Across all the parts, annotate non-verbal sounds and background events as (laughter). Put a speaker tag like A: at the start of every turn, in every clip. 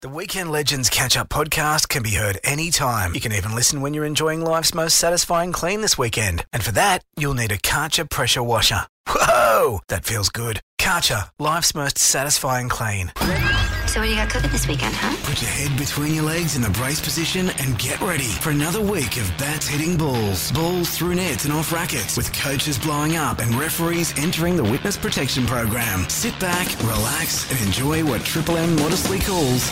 A: The Weekend Legends Catch Up podcast can be heard anytime. You can even listen when you're enjoying life's most satisfying clean this weekend. And for that, you'll need a Karcher pressure washer. Whoa! That feels good. Karcher, life's most satisfying clean.
B: So what do you got cooking this weekend, huh?
A: Put your head between your legs in the brace position and get ready for another week of bats hitting balls, balls through nets and off rackets, with coaches blowing up and referees entering the witness protection program. Sit back, relax, and enjoy what Triple M modestly calls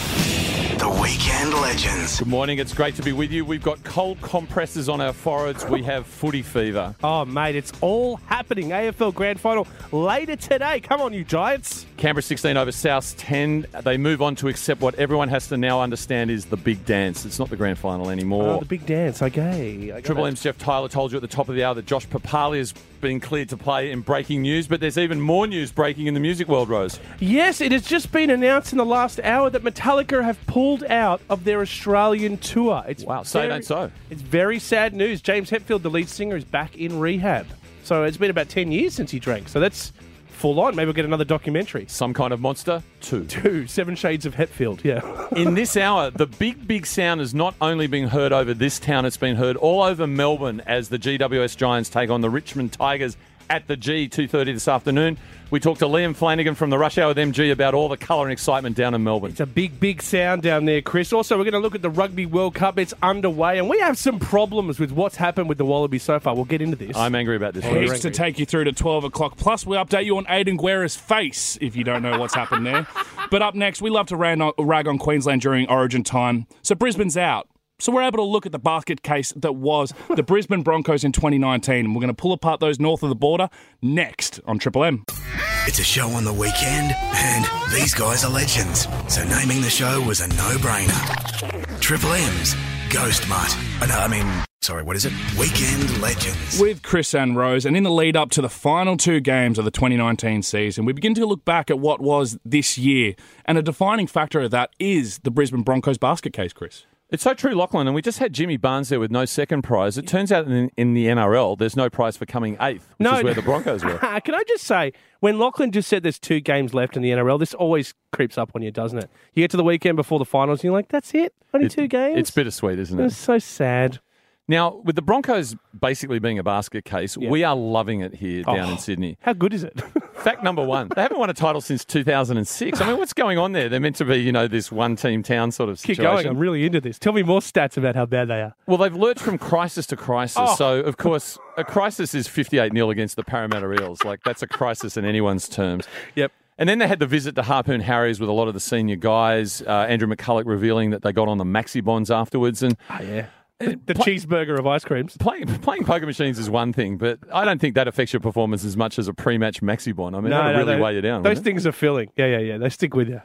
A: the weekend legends.
C: Good morning. It's great to be with you. We've got cold compressors on our foreheads. We have footy fever.
D: Oh, mate, it's all happening. AFL Grand Final later today. Come on, you Giants.
C: Canberra 16 over South 10. They move on to accept what everyone has to now understand is the big dance. It's not the grand final anymore.
D: Oh, the big dance. Okay. I got
C: Triple
D: it.
C: M's Jeff Tyler told you at the top of the hour that Josh Papali has been cleared to play in breaking news, but there's even more news breaking in the music world, Rose.
D: Yes, it has just been announced in the last hour that Metallica have pulled out of their Australian tour. It's
C: Wow, say don't so.
D: It's very sad news. James Hetfield, the lead singer, is back in rehab. So it's been about 10 years since he drank. So that's full on. Maybe we'll get another documentary.
C: Some kind of monster, too.
D: Two, Seven Shades of Hetfield, yeah. (laughs)
C: In this hour, the big, big sound is not only being heard over this town, it's been heard all over Melbourne as the GWS Giants take on the Richmond Tigers at the G 2.30 this afternoon. We talked to Liam Flanagan from the Rush Hour with MG about all the colour and excitement down in Melbourne.
D: It's a big, big sound down there, Chris. Also, we're going to look at the Rugby World Cup. It's underway, and we have some problems with what's happened with the Wallaby so far. We'll get into this.
C: I'm angry about this.
D: Oh,
C: Rose.
E: Heaps to take you through to 12 o'clock. Plus, we update you on Aiden Guerra's face if you don't know what's happened there. But up next, we love to rag on, rag on Queensland during origin time. So Brisbane's out. So we're able to look at the basket case that was the Brisbane Broncos in 2019. We're going to pull apart those north of the border next on Triple M.
A: It's a show on the weekend, and these guys are legends. So naming the show was a no-brainer. Triple M's Ghost Mutt. Oh, no, I mean, sorry, what is it? Weekend Legends.
E: with Chris and Rose, and in the lead up to the final two games of the 2019 season, we begin to look back at what was this year. And a defining factor of that is the Brisbane Broncos basket case, Chris.
C: It's so true, Lachlan, and we just had Jimmy Barnes there with no second prize. It turns out in, in the NRL, there's no prize for coming eighth, which
D: No.
C: is where the Broncos were.
D: (laughs) Can I just say, when Lachlan just said there's two games left in the NRL, this always creeps up on you, doesn't it? You get to the weekend before the finals, and you're like, that's it? Only two games?
C: It's bittersweet, isn't it?
D: It's so sad.
C: Now, with the Broncos basically being a basket case, we are loving it here
D: Oh.
C: down in Sydney.
D: How good is it? (laughs)
C: Fact number one, they haven't won a title since 2006. I mean, what's going on there? They're meant to be, you know, this one team town sort of
D: Keep
C: situation.
D: going. I'm really into this. Tell me more stats about how bad they are.
C: Well, they've lurched from crisis to crisis.
D: Oh.
C: So, of course, a crisis is 58 0 against the Parramatta Eels. Like, that's a crisis in anyone's terms.
D: Yep.
C: And then they had the visit to Harpoon Harriers with a lot of the senior guys. Uh, Andrew McCulloch revealing that they got on the maxi bonds afterwards. And
D: yeah. The, the cheeseburger of ice creams.
C: playing playing poker machines is one thing, but I don't think that affects your performance as much as a pre-match maxi bond. I mean, that'll really
D: they-
C: weigh you down.
D: Those
C: wouldn't it?
D: things are filling. Yeah, yeah, yeah. They stick with you.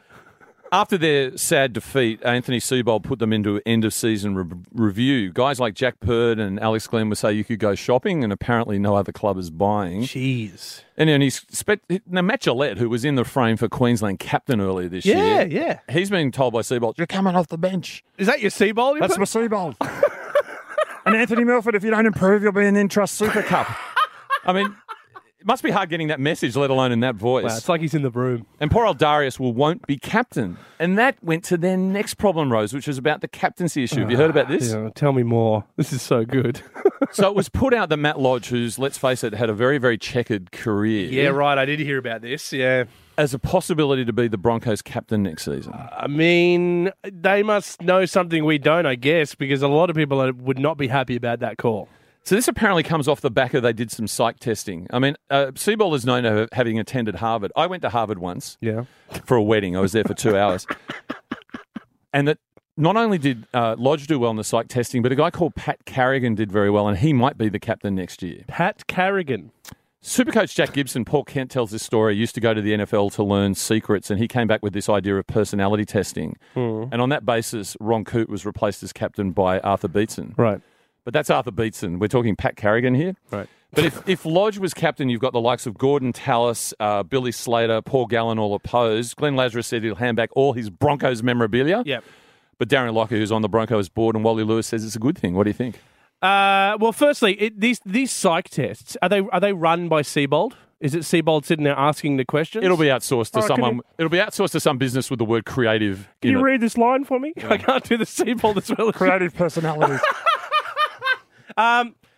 C: After their sad defeat, Anthony Seibold put them into end of season re- review. Guys like Jack Purd and Alex Glenn would say you could go shopping, and apparently no other club is buying.
D: Jeez.
C: And then he's spe- now Matt Gillette, who was in the frame for Queensland captain earlier this
D: Yeah,
C: year.
D: yeah.
C: He's been told by Seibold, you're coming off the bench.
D: Is that your sea bowl?
F: That's my Seabold. and Anthony Milford, if you don't improve, you'll be in the Intrust Super Cup.
C: I mean, it must be hard getting that message, let alone in that voice.
D: Wow, it's like he's in the room.
C: And poor old Darius will won't be captain. And that went to their next problem, Rose, which was about the captaincy issue. Have you heard about this?
D: Yeah, tell me more. (laughs) This is so good.
C: So it was put out that Matt Lodge, who's, let's face it, had a very, very checkered career,
D: right. I did hear about this. Yeah.
C: as a possibility to be the Broncos captain next season.
D: I mean, they must know something we don't, I guess, because a lot of people are- would not be happy about that call.
C: So this apparently comes off the back of they did some psych testing. I mean, uh, Seabold is known to have- having attended Harvard. I went to Harvard once
D: Yeah.
C: for a wedding. I was there for two hours. And that not only did uh, Lodge do well in the psych testing, but a guy called Pat Carrigan did very well, and he might be the captain next year.
D: Pat Carrigan.
C: Supercoach Jack Gibson, Paul Kent tells this story. He used to go to the NFL to learn secrets, and he came back with this idea of personality testing.
D: Hmm.
C: And on that basis, Ron Coote was replaced as captain by Arthur Beetson.
D: Right.
C: But that's Arthur Beetson. We're talking Pat Carrigan here.
D: Right.
C: But if, if Lodge was captain, you've got the likes of Gordon Tallis, uh, Billy Slater, Paul Gallen all opposed. Glenn Lazarus said he'll hand back all his Broncos memorabilia.
D: Yep.
C: But Darren Locker, who's on the Broncos board, and Wally Lewis says it's a good thing. What do you think?
D: Uh, well, firstly, it, these these psych tests are they are they run by Seabold? Is it Seabold sitting there asking the questions?
C: It'll be outsourced to
D: Oh, can
C: someone.
D: you-
C: It'll be outsourced to some business with the word creative.
D: Can
C: in
D: you
C: it.
D: read this line for me? I can't do the Seabold as well as you Um,
F: Creative
D: (laughs)
F: personality.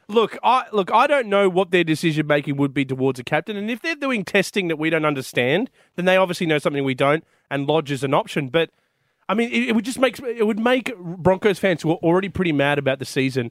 D: Look, I look, I don't know what their decision making would be towards a captain, and if they're doing testing that we don't understand, then they obviously know something we don't, and lodge is an option. But I mean, it, it would just make it would make Broncos fans who are already pretty mad about the season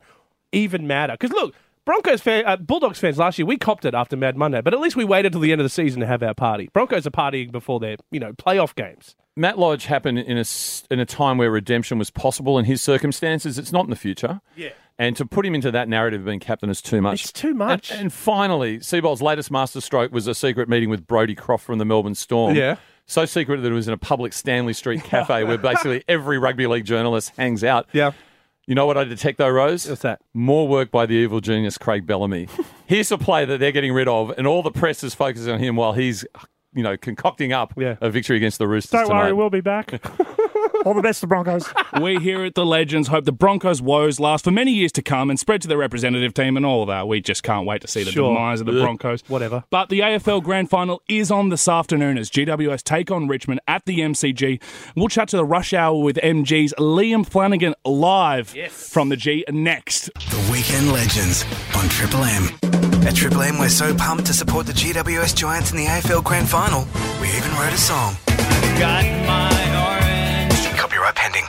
D: even madder. Because look, Broncos fan, uh, Bulldogs fans last year we copped it after Mad Monday, but at least we waited till the end of the season to have our party. Broncos are partying before their you know playoff games.
C: Matt Lodge happened in a s- in a time where redemption was possible in his circumstances. It's not in the future. Yeah. And to put him into that narrative of being captain is too much.
D: It's too much.
C: And, and finally, Seabold's latest masterstroke was a secret meeting with Brody Croft from the Melbourne Storm.
D: Yeah.
C: So secret that it was in a public Stanley Street cafe where
D: (laughs)
C: basically every rugby league journalist hangs out. You know what I detect though, Rose?
D: What's that?
C: More work by the evil genius Craig
D: (laughs)
C: Bellamy. Here's a play that they're getting rid of, and all the press is focused on him while he's, you know, concocting up
D: Yeah.
C: a victory against the Roosters.
D: Don't
C: tonight.
D: worry, we'll be (laughs) back.
F: (laughs) All the best to Broncos.
E: We here at The Legends hope the Broncos' woes last for many years to come and spread to their representative team and all of that. We just can't wait to see the
D: Sure.
E: demise of the Broncos.
D: Whatever.
E: But the AFL Grand Final is on this afternoon as GWS take on Richmond at the MCG. We'll chat to the rush hour with MG's Liam Flanagan live from the G next.
A: The Weekend Legends on Triple M. At Triple M, we're so pumped to support the GWS Giants in the AFL Grand Final. We even wrote a song. Copyright pending.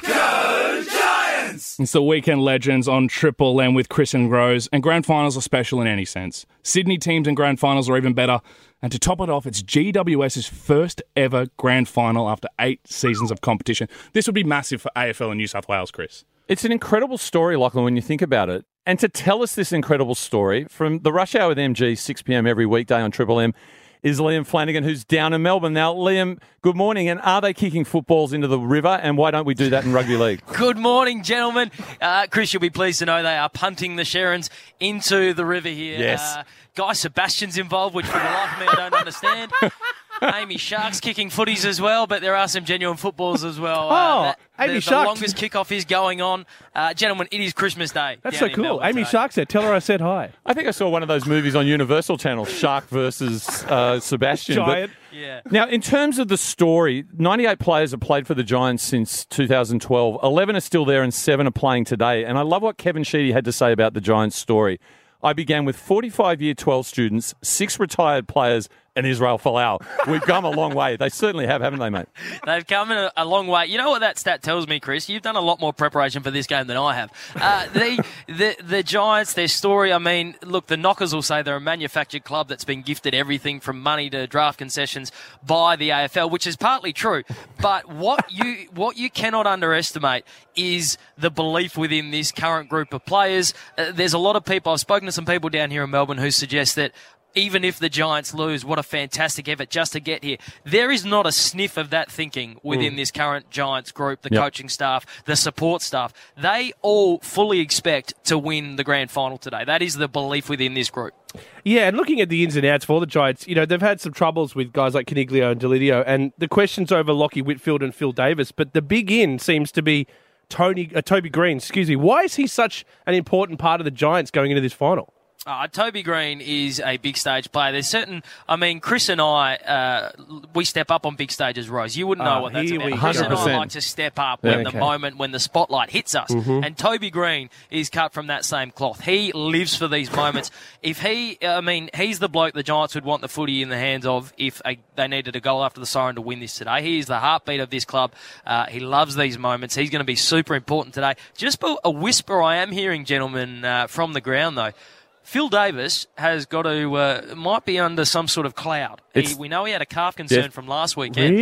E: It's the Weekend Legends on Triple M with Chris and Rose, and grand finals are special in any sense. Sydney teams and grand finals are even better. And to top it off, it's GWS's first ever grand final after eight seasons of competition. This would be massive for AFL in New South Wales, Chris.
C: It's an incredible story, Lachlan, when you think about it. And to tell us this incredible story from the Rush Hour with MG, 6 p.m. every weekday on Triple M, is Liam Flanagan, who's down in Melbourne. Now, Liam, good morning. And are they kicking footballs into the river? And why don't we do that in rugby league?
G: Good morning, gentlemen. Uh, Chris, you'll be pleased to know they are punting the Sherrans into the river here.
C: Yes.
G: Uh, Guy Sebastian's involved, which for the life of me I
D: (laughs)
G: don't understand. Amy Shark's kicking footies as well, but there are some genuine footballs as well. Uh,
D: Oh,
G: the-
D: Amy
G: the,
D: Shark.
G: longest kickoff is going on. Uh, gentlemen, it is Christmas Day.
D: That's
G: down
D: so
G: in
D: cool.
G: Melbourne
D: Amy
G: today.
D: Shark's there. Tell her I said hi.
C: (laughs) I think I saw one of those movies on Universal Channel, Shark versus uh, Sebastian. But-
D: Giant.
G: Yeah.
C: Now, in terms of the story, 98 players have played for the Giants since 2012. 11 are still there and 7 are playing today. And I love what Kevin Sheedy had to say about the Giants story. I began with 45 year 12 students, 6 retired players, and Israel Folau. We've come a long way. They certainly have, haven't they, mate?
G: They've come in a, a long way. You know what that stat tells me, Chris? You've done a lot more preparation for this game than I have. Uh, the, the the Giants, their story. I mean, look, the Knockers will say they're a manufactured club that's been gifted everything from money to draft concessions by the AFL, which is partly true. But what you what you cannot underestimate is the belief within this current group of players. Uh, there's a lot of people. I've spoken to some people down here in Melbourne who suggest that even if the Giants lose, what a fantastic effort just to get here. There is not a sniff of that thinking
D: Mm.
G: within this current Giants group, the
C: Yep.
G: coaching staff, the support staff. They all fully expect to win the grand final today. That is the belief within this group.
D: Yeah, and looking at the ins and outs for the Giants, you know, they've had some troubles with guys like Caniglio and Delidio, and the questions over Lockie Whitfield and Phil Davis, but the big in seems to be Tony uh, Toby Green, excuse me. Why is he such an important part of the Giants going into this final?
G: Uh, Toby Green is a big stage player. There's certain, I mean, Chris and I, uh, we step up on big stages, Rose. You wouldn't know
D: Ah,
G: what that's
D: here
G: about.
D: we
G: Chris and I
C: 100%.
G: like to step up when
C: Yeah,
G: the
C: okay. Mm-hmm.
G: moment, when the spotlight hits us. And Toby Green is cut from that same cloth. He lives for these moments. if he, I mean, he's the bloke the Giants would want the footy in the hands of if a, they needed a goal after the siren to win this today. He is the heartbeat of this club. Uh, he loves these moments. He's going to be super important today. Just a- a whisper I am hearing, gentlemen, uh, from the ground though. Phil Davis has got to uh, might be under some sort of cloud. He,
C: It's-
G: we know he had a calf concern
C: Def-
G: from last weekend.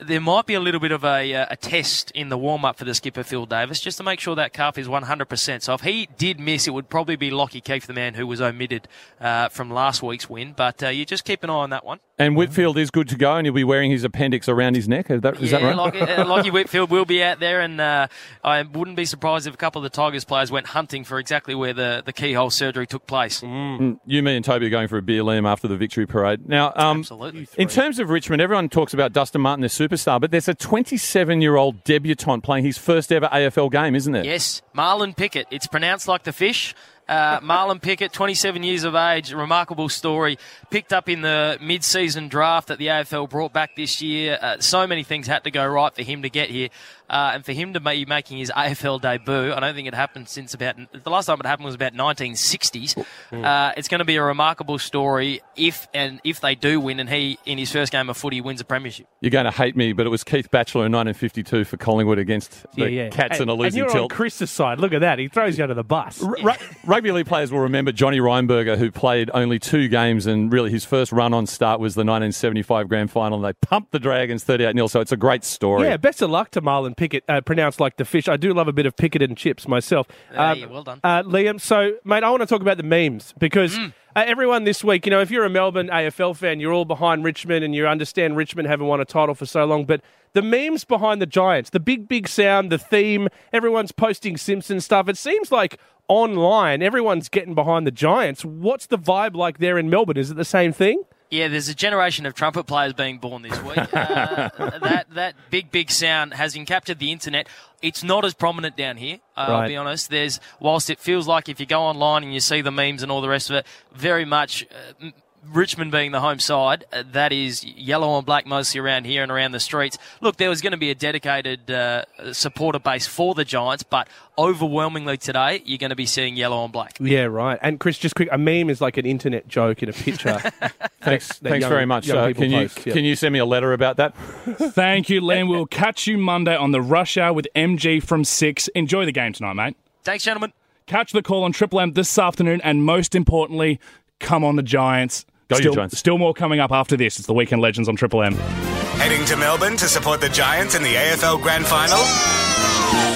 G: There might be a little bit of a, uh, a test in the warm up for the skipper Phil Davis just to make sure that calf is 100%. So if he did miss, it would probably be Lockie Keefe, the man who was omitted uh, from last week's win. But uh, you just keep an eye on that one.
C: And Whitfield is good to go, and he'll be wearing his appendix around his neck. Is that, is that
G: yeah,
C: right?
G: Lockie, uh, Lockie Whitfield will be out there, and uh, I wouldn't be surprised if a couple of the Tigers players went hunting for exactly where the, the keyhole surgery took place.
C: you, me, and Toby are going for a beer, Liam, after the victory parade. Now, um,
G: Absolutely.
C: In terms of Richmond, everyone talks about Dustin Martin, their superstar, but there's a 27 year old debutant playing his first ever AFL game, isn't there?
G: Yes, Marlon Pickett. It's pronounced like the fish. Uh, Marlon Pickett, 27 years of age, remarkable story. Picked up in the mid-season draft that the AFL brought back this year. Uh, so many things had to go right for him to get here, uh, and for him to be making his AFL debut. I don't think it happened since about the last time it happened was about 1960s. Uh, it's going to be a remarkable story if and if they do win, and he in his first game of footy wins a premiership.
C: You're going to hate me, but it was Keith Batchelor in 1952 for Collingwood against the Cats in a losing
D: and you're
C: tilt.
D: on Chris's side. Look at that. He throws you under the bus.
C: Ru- rugby league players will remember Johnny Reinberger, who played only two games, and really his first run on start was the 1975 grand final, and they pumped the Dragons 38 0. So it's a great
G: Oh,
C: story.
D: Yeah, best of luck to Marlon Pickett, uh, pronounced like the fish. I do love a bit of Pickett and chips myself.
G: Yeah, yeah, well done. Mm.
D: Uh, Liam, so, mate, I want to talk about the memes because uh, everyone this week, you know, if you're a Melbourne AFL fan, you're all behind Richmond and you understand Richmond haven't won a title for so long, but the memes behind the Giants, the big, big sound, the theme, everyone's posting Simpson stuff. It seems like online, everyone's getting behind the Giants. What's the vibe like there in Melbourne? Is it the same thing?
G: Yeah, there's a generation of trumpet players being born this week. Uh, that that big big sound has encaptured the internet. It's not as prominent down here. Uh, I'll
D: Right.
G: be honest. There's whilst it feels like if you go online and you see the memes and all the rest of it, very much. Uh, m- Richmond being the home side, uh, that is yellow and black mostly around here and around the streets. Look, there was going to be a dedicated uh, supporter base for the Giants, but overwhelmingly today, you're going to be seeing yellow and black.
D: Yeah, right. And Chris, just quick, a meme is like an internet joke in a (laughs) picture.
C: thanks
D: that
C: thanks
D: young-
C: very much.
D: young
C: sir.
D: people
C: can, you,
D: post, yeah.
C: can you send me a letter about that?
E: Thank you,
C: (laughs)
E: Liam. We'll catch you Monday on the rush hour with MG from six. Enjoy the game tonight, mate.
G: Thanks, gentlemen.
E: Catch the call on Triple M this afternoon, and most importantly, come on the Giants.
C: Go you
E: still,
C: Giants.
E: Still more coming up after this. It's the Weekend Legends on Triple M.
H: Heading to Melbourne to support the Giants in the AFL Grand Final?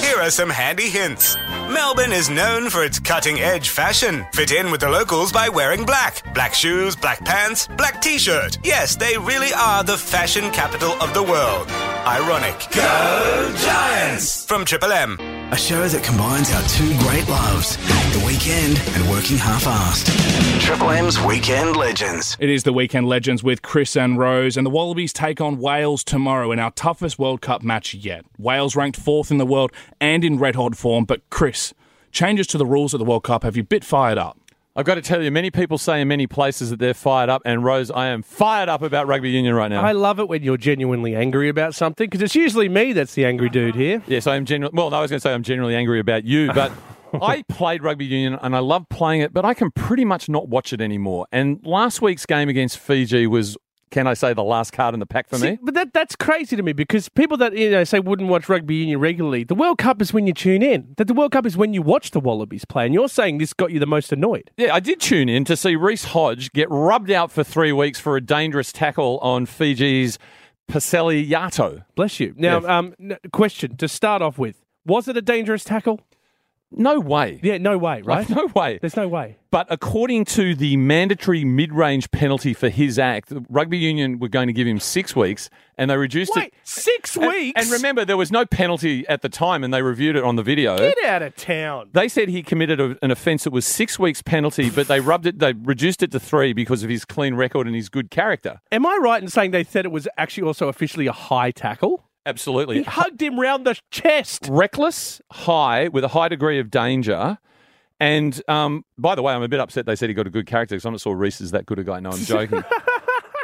H: Here are some handy hints. Melbourne is known for its cutting edge fashion. Fit in with the locals by wearing black. Black shoes, black pants, black t shirt. Yes, they really are the fashion capital of the world. Ironic. Go Giants! From Triple M.
A: A show that combines our two great loves, the weekend and working half-assed. Triple M's Weekend Legends.
E: It is the Weekend Legends with Chris and Rose, and the Wallabies take on Wales tomorrow in our toughest World Cup match yet. Wales ranked fourth in the world and in red hot form, but Chris, changes to the rules of the World Cup have you bit fired up?
C: I've got to tell you, many people say in many places that they're fired up, and Rose, I am fired up about rugby union right now.
D: I love it when you're genuinely angry about something because it's usually me that's the angry dude here.
C: Yes, I am generally. Well, no, I was going to say I'm generally angry about you, but
D: (laughs)
C: I played rugby union and I love playing it, but I can pretty much not watch it anymore. And last week's game against Fiji was, can I say, the last card in the pack for
D: See,
C: me?
D: but that that's crazy to me because people that you know say wouldn't watch rugby union regularly. The World Cup is when you tune in. That the World Cup is when you watch the Wallabies play, and you're saying this got you the most annoyed.
C: Yeah, I did tune in to see Reese Hodge get rubbed out for three weeks for a dangerous tackle on Fiji's Paseli Yato.
D: Bless you. Now,
C: Yeah.
D: um, n- question to start off with: Was it a dangerous tackle?
C: No way.
D: Yeah, no way, right?
C: Like, no way.
D: There's no way.
C: But according to the mandatory mid range penalty for his act, the rugby union were going to give him six weeks and they reduced
D: Wait,
C: it.
D: six
C: And-
D: weeks.
C: And, remember, there was no penalty at the time, and they reviewed it on the video.
D: get out of town.
C: They said he committed a, an offence that was six weeks penalty, but they rubbed it. They reduced it to three because of his clean record and his good character.
D: Am I right in saying they said it was actually also officially a high tackle?
C: Absolutely,
D: He hugged him round the chest.
C: reckless, high, with a high degree of danger. And um, by the way, I'm a bit upset they said he got a good character because I'm not sure Reese is that good a guy. No, I'm joking.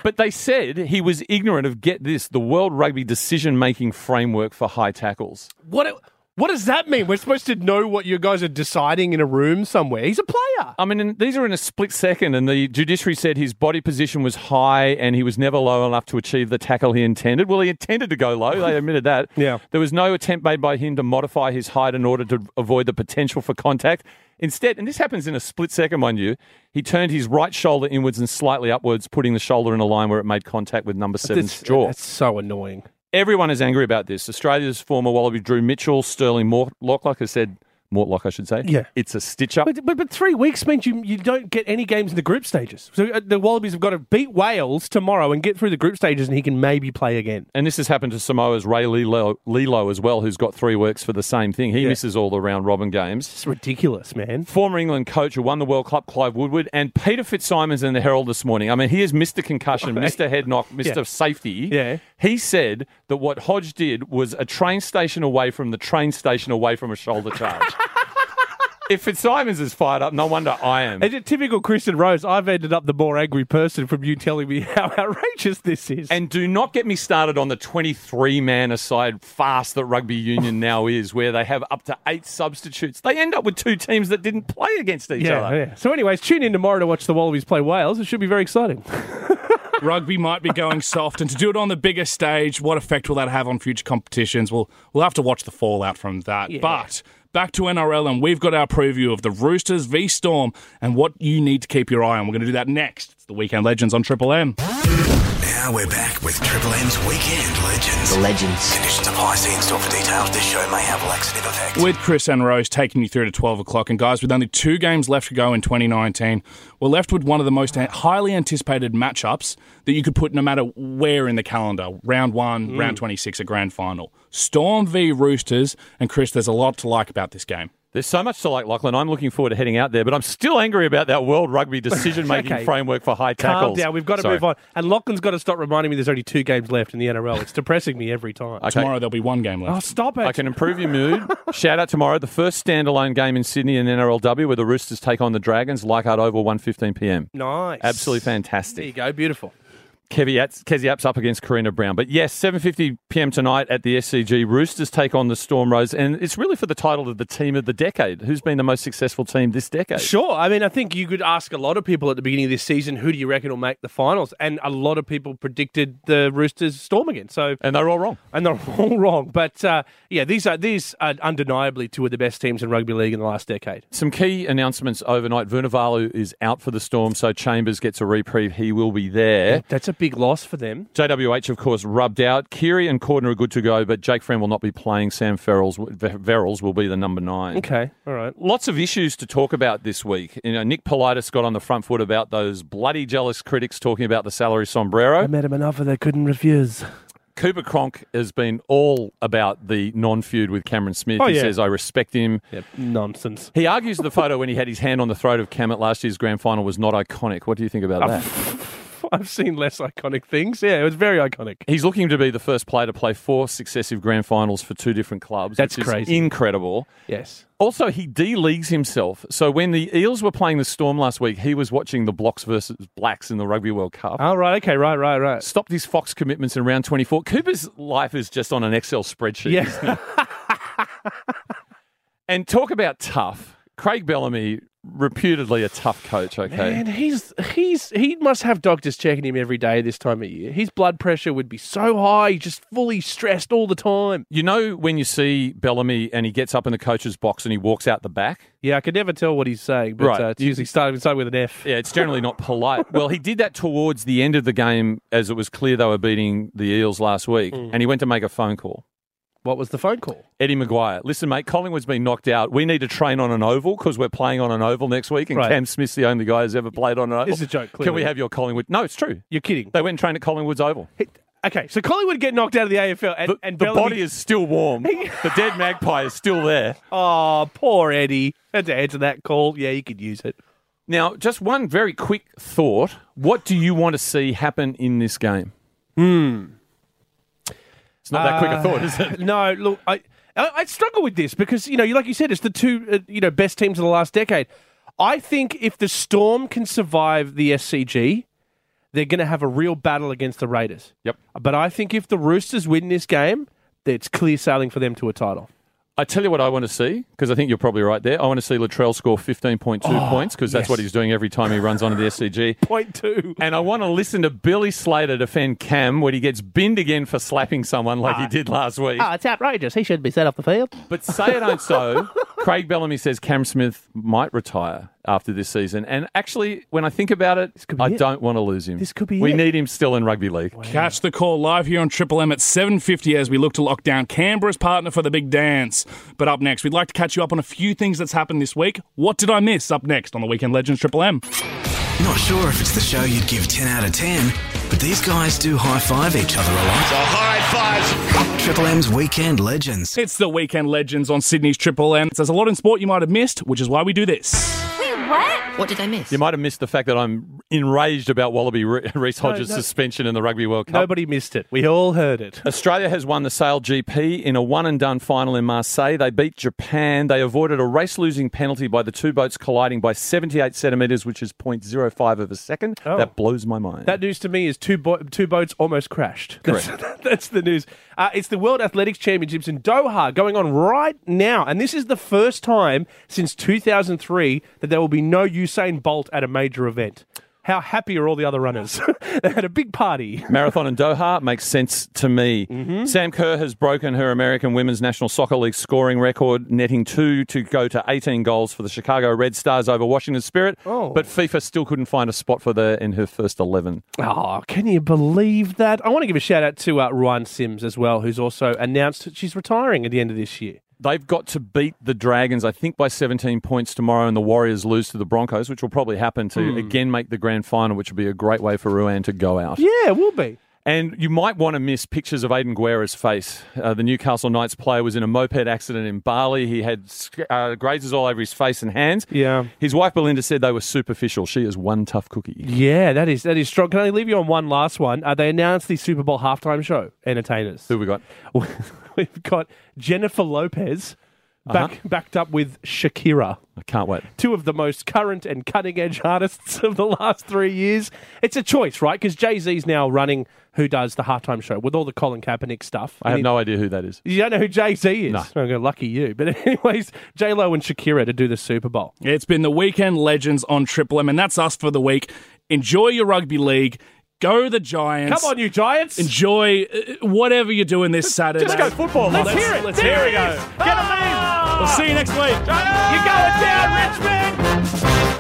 C: but they said he was ignorant of, get this, the World Rugby decision making framework for high tackles.
D: What? What does that mean? We're supposed to know what you guys are deciding in a room somewhere. He's a player.
C: I mean, in- these are in a split second, and the judiciary said his body position was high and he was never low enough to achieve the tackle he intended. Well, he intended to go low.
D: (laughs)
C: They admitted that.
D: Yeah.
C: There was no attempt made by him to modify his height in order to avoid the potential for contact. Instead, and this happens in a split second, mind you, he turned his right shoulder inwards and slightly upwards, putting the shoulder in a line where it made contact with number seven's
D: That's-
C: jaw.
D: That's so annoying.
C: Everyone is angry about this. Australia's former Wallaby Drew Mitchell, Sterling Mort- Mortlock has said, Mortlock, I should say.
D: Yeah.
C: It's a stitch up.
D: But, but but three weeks means you you don't get any games in the group stages. So uh, the Wallabies have got to beat Wales tomorrow and get through the group stages, and he can maybe play again.
C: And this has happened to Samoa's Ray Lilo, Lilo as well, who's got three works for the same thing. He misses all the round robin games.
D: It's ridiculous, man.
C: Former England coach who won the World Cup, Clive Woodward, and Peter Fitzsimons in the Herald this morning. I mean, he is Mr. Concussion, Mr. Head Knock, Mr.
D: Yeah.
C: Safety.
D: Yeah.
C: He said that what Hodge
D: (laughs)
C: did was a train station away from the train station away from a shoulder charge. if Fitzsimons is fired up, no wonder I am.
D: It's a typical Kristen Rose. I've ended up the more angry person from you telling me (laughs) how outrageous this is.
C: And do not get me started on the 23 man aside fast that rugby
D: (laughs)
C: union now is, where they have up to eight substitutes. They end up with two teams that didn't play against each
D: yeah,
C: other.
D: yeah. So, anyways, tune in tomorrow to watch the Wallabies play Wales. It should be very exciting.
E: Rugby might be going soft, and to do it on the bigger stage, what effect will that have on future competitions? We'll we'll have to watch the fallout from that. But back to NRL, and we've got our preview of the Roosters v Storm and what you need to keep your eye on. We're going to do that next. It's the Weekend Legends on Triple M.
A: Now we're back with Triple M's Weekend Legends. The Legends. Conditions apply. See in store for details. This show may have laxative effects.
E: With Chris and Rose taking you through to 12 o'clock. And guys, with only two games left to go in 2019, we're left with one of the most an- highly anticipated matchups that you could put no matter where in the calendar round one, round 26, a grand final. Storm v Roosters. And Chris, there's a lot to like about this game.
C: There's so much to like, Lachlan. I'm looking forward to heading out there, but I'm still angry about that world rugby decision making
D: (laughs) Okay.
C: framework for high tackles.
D: Calm down. We've got to
C: Sorry.
D: move on. And Lachlan's got to stop reminding me there's only two games left in the NRL. It's depressing me every time.
C: Okay.
E: Tomorrow there'll be one game
D: Oh,
E: left.
D: stop it.
C: I can improve your mood.
D: (laughs)
C: Shout out tomorrow, the first standalone game in Sydney in NRLW where the Roosters take on the Dragons, Leichhardt Oval, 1.15 p.m.
D: Nice.
C: Absolutely
D: There you
C: fantastic.
D: go. Beautiful.
C: Kevy Apps, Kezi Apps up against Karina Brown. But yes, 7.50 p.m. tonight at the SCG, Roosters take on the Storm Rose. And it's really for the title of the team of the decade. Who's been the most successful team this decade?
D: Sure. I mean, I think you could ask a lot of people at the beginning of this season, who do you reckon will make the finals? And a lot of people predicted the Roosters storm again. So,
C: And they're all wrong.
D: and they're (laughs) all wrong. But uh, yeah, these are these are undeniably two of the best teams in rugby league in the last decade.
C: Some key announcements overnight. Vernavalu is out for the Storm, so Chambers gets a reprieve. He will be there.
D: That's a big loss for them.
C: JWH, of course, rubbed out. Kiri and Corden are good to go, but Jake Friend will not be playing. Sam Ferrells, Verrills will be the number nine.
D: Okay. All right.
C: Lots of issues to talk about this week. You know, Nick Politis got on the front foot about those bloody jealous critics talking about the salary sombrero.
D: made him an offer they couldn't refuse.
C: Cooper Cronk has been all about the non-feud with Cameron Smith.
D: Oh,
C: he
D: yeah.
C: says, "I respect him."
D: Yep. Nonsense.
C: He argues the photo when he had his hand on the throat of Cam at last year's grand final was not iconic. What do you think
D: Uh,
C: about that?
D: (laughs) I've seen less iconic things. Yeah, it was very iconic.
C: He's looking to be the first player to play four successive grand finals for two different clubs.
D: That's
C: which is
D: crazy.
C: incredible.
D: Yes.
C: Also, he de-leagues himself. So when the Eels were playing the Storm last week, he was watching the Blocks versus Blacks in the Rugby World Cup.
D: All Oh, right. Okay. Right. Right. Right.
C: Stopped his Fox commitments in round 24. Cooper's life is just on an Excel spreadsheet.
D: Yeah.
C: (laughs) And talk about tough. Craig Bellamy, reputedly a tough coach, okay?
D: Man, he's he's he must have doctors checking him every day this time of year. His blood pressure would be so high, he's just fully stressed all the time.
C: You know when you see Bellamy and he gets up in the coach's box and he walks out the back?
D: Yeah, I could never tell what he's saying, but
C: Right.
D: uh, it's usually starting starting with an F.
C: Yeah, it's generally not polite. Well, he did that towards the end of the game as it was clear they were beating the Eels last week,
D: Mm.
C: and he went to make a phone call.
D: What was the phone call?
C: Eddie Maguire, listen, mate, Collingwood's been knocked out. We need to train on an oval because we're playing on an oval next week, and
D: Right.
C: Cam Smith's the only guy who's ever played on an oval.
D: It's a joke,
C: Can we
D: clearly.
C: have your Collingwood? No, it's true.
D: You're kidding.
C: They went and trained at Collingwood's Oval.
D: Okay, so Collingwood get knocked out of the AFL, and,
C: The,
D: and
C: the
D: Bellamy-
C: body is still warm. the dead magpie is still there.
D: Oh, poor Eddie. Had to answer that call. Yeah, he could use it.
C: Now, just one very quick thought. What do you want to see happen in this game? Hmm. It's not that quick
D: Uh,
C: a thought, is it?
D: (laughs) No, look, I, I I struggle with this because you know, you- like you said, it's the two uh, you know best teams of the last decade. I think if the Storm can survive the SCG, they're going to have a real battle against the Raiders.
C: Yep.
D: But I think if the Roosters win this game, it's clear sailing for them to a title. (laughs)
C: I tell you what I want to see because I think you're probably right there. I want to see Latrell score 15.2 points because that's
D: Oh, yes.
C: what he's doing every time he runs onto the SCG.
D: Point two.
C: And I want to listen to Billy Slater defend Cam when he gets binned again for slapping someone
D: Ah.
C: like he did last week.
D: it's outrageous. He shouldn't be set off the field.
C: But say it ain't so.
D: (laughs)
C: Craig Bellamy says Cam Smith might retire after this season. And actually, when I think about it,
D: could be
C: I
D: it.
C: don't want to lose him.
D: This could be
C: We
D: it.
C: need him still in rugby league.
E: Catch the call live here on Triple M at 7.50 as we look to lock down Canberra's partner for the big dance. But up next, we'd like to catch you up on a few things that's happened this week. What did I miss? Up next on the Weekend Legends Triple M.
A: Not sure if it's the show you'd give 10 out of 10, but these guys do high five each other a lot. So high fives. Triple M's Weekend Legends.
E: It's the Weekend Legends on Sydney's Triple M. There's a lot in sport you might have missed, which is why we do this.
I: What?
B: What did I miss?
C: You might have missed the fact that I'm enraged about Wallaby Re- (laughs) Reese Hodges'
D: no.
C: suspension in the Rugby World Cup.
D: Nobody missed it. We all heard it.
C: Australia has won the Sale GP in a one and done final in Marseille. They beat Japan. They avoided a race losing penalty by the two boats colliding by 78 centimetres, which is 0.05 of a second.
D: Oh.
C: That blows my mind.
D: That news to me is two bo- two boats almost crashed. (laughs) That's, that's the news. Uh, it's the World Athletics Championships in Doha going on right now, and this is the first time since 2003 that there will be no Usain Bolt at a major event. How happy are all the other runners? (laughs) they had a big party.
C: Marathon in Doha makes sense to me.
D: Mm-hmm.
C: Sam Kerr has broken her American Women's National Soccer League scoring record, netting two to go to 18 goals for the Chicago Red Stars over Washington Spirit.
D: Oh.
C: But FIFA still couldn't find a spot for her in her first 11.
D: Oh, can you believe that? I want to give a shout out to uh, Ryan Sims as well, who's also announced that she's retiring at the end of this year.
C: They've got to beat the Dragons, I think, by 17 points tomorrow, and the Warriors lose to the Broncos, which will probably happen
D: Hmm.
C: to again make the grand final, which would be a great way for Ruan to go out.
D: Yeah, will be.
C: And you might want to miss pictures of Aidan Guerra's face. Uh, the Newcastle Knights player was in a moped accident in Bali. He had sc- uh, grazes all over his face and hands.
D: Yeah.
C: His wife Belinda said they were superficial. She is one tough cookie.
D: Yeah, that is that is strong. Can I leave you on one last one? Uh, they announced the Super Bowl halftime show entertainers.
C: Who we got?
D: (laughs) We've got Jennifer Lopez back, backed up with Shakira,
C: I can't wait.
D: two of the most current and cutting edge (laughs) artists of the last three years. It's a choice, right? Because Jay Z's now running who does the halftime show with all the Colin Kaepernick stuff.
C: I have no idea who that is.
D: You don't know who Jay Z is.
C: No.
D: Okay, lucky you. But (laughs) anyways, J Lo and Shakira to do the Super Bowl.
E: It's been the weekend legends on Triple M, and that's us for the week. Enjoy your rugby league. Go the Giants.
D: Come on, you Giants!
E: Enjoy uh, whatever you're doing this Saturday.
D: Let's go football. Let's, hear it.
E: Let's hear it.
D: There is. Get a lead.
E: We'll see you next week.
D: You're going down, Richmond.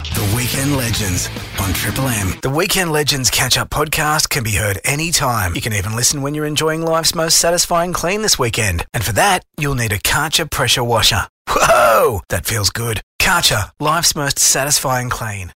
A: The Weekend Legends on Triple M. The Weekend Legends catch up podcast can be heard anytime. You can even listen when you're enjoying life's most satisfying clean this weekend. And for that, you'll need a Karcher pressure washer. Whoa! That feels good. Karcher, life's most satisfying clean.